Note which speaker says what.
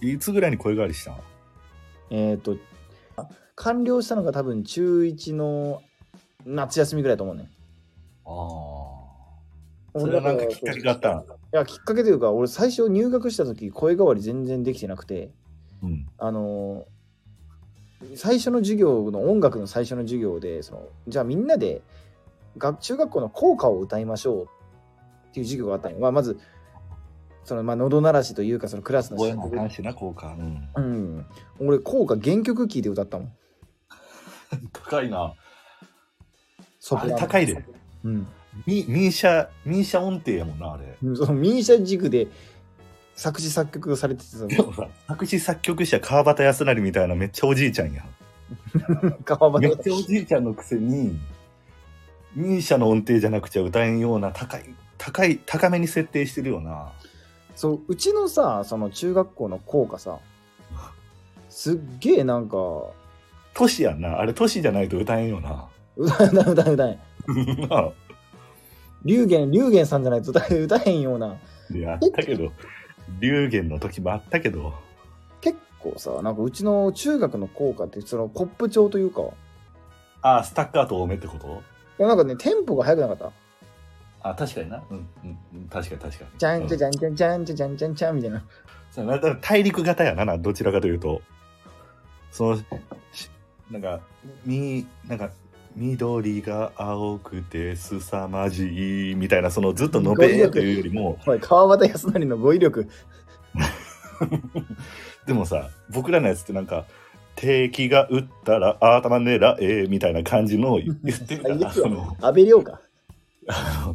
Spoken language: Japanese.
Speaker 1: いつぐらいに声変わりしたの
Speaker 2: えっ、と、完了したのが多分中1の夏休みぐらいだと思うね。
Speaker 1: ああ。それはなんかきっかけがあったの。
Speaker 2: いや、きっかけというか、俺最初入学した時、声変わり全然できてなくて、
Speaker 1: うん。
Speaker 2: あのー最初の授業の音楽の最初の授業で、そのじゃあみんなで学中学校の校歌を歌いましょうっていう授業があったんよ。まあ、まず、そのまあ喉鳴らしというか、そのクラスの
Speaker 1: 声の話な、効果。うん。
Speaker 2: うん、俺効果原曲聴いて歌ったもん
Speaker 1: 高いな。
Speaker 2: ソ
Speaker 1: あ
Speaker 2: プ
Speaker 1: れ
Speaker 2: ラノ
Speaker 1: 高いで。
Speaker 2: うん、
Speaker 1: ミミーシャ、ミーシャ音程やもんな、あれ。
Speaker 2: そのミーシャ軸で作詞作曲がされててそ
Speaker 1: でもさ、作詞作曲者川端康成みたいなめっちゃおじいちゃんやん。
Speaker 2: の川
Speaker 1: め
Speaker 2: 端
Speaker 1: っちゃおじいちゃんのくせに、ミーシャの音程じゃなくちゃ歌えんような高い、高い、高めに設定してるよな。
Speaker 2: そううちのさその中学校の校歌さすっげえなんか
Speaker 1: 都市やんな。あれ都市じゃないと歌えんよな。
Speaker 2: 歌えない歌えない
Speaker 1: なあ
Speaker 2: 龍玄龍玄さんじゃないと歌え歌えんようない
Speaker 1: や、あったけど、流言の時もあったけど、
Speaker 2: 結構さなんかうちの中学の校歌ってそのポップ調というかい
Speaker 1: ああ、スタッカート多めってこと
Speaker 2: やなんかねテンポが速くなかった
Speaker 1: ああ、確かにな。うん、うんうん、確かに確かに。
Speaker 2: じゃんじゃじ
Speaker 1: ゃ
Speaker 2: ゃんじゃんじゃんじゃじゃんじゃんじゃんみたいな
Speaker 1: そうなだから大陸型やなな、どちらかというと。その、しなんか、み、なんか、緑が青くて凄まじいみたいな、そのずっとのべーというよりも、
Speaker 2: おい川端康成の語彙力
Speaker 1: でもさ、僕らのやつってなんか、敵が撃ったら頭狙えみたいな感じの言ってるから、
Speaker 2: 最悪や
Speaker 1: その、
Speaker 2: 安倍亮か
Speaker 1: あの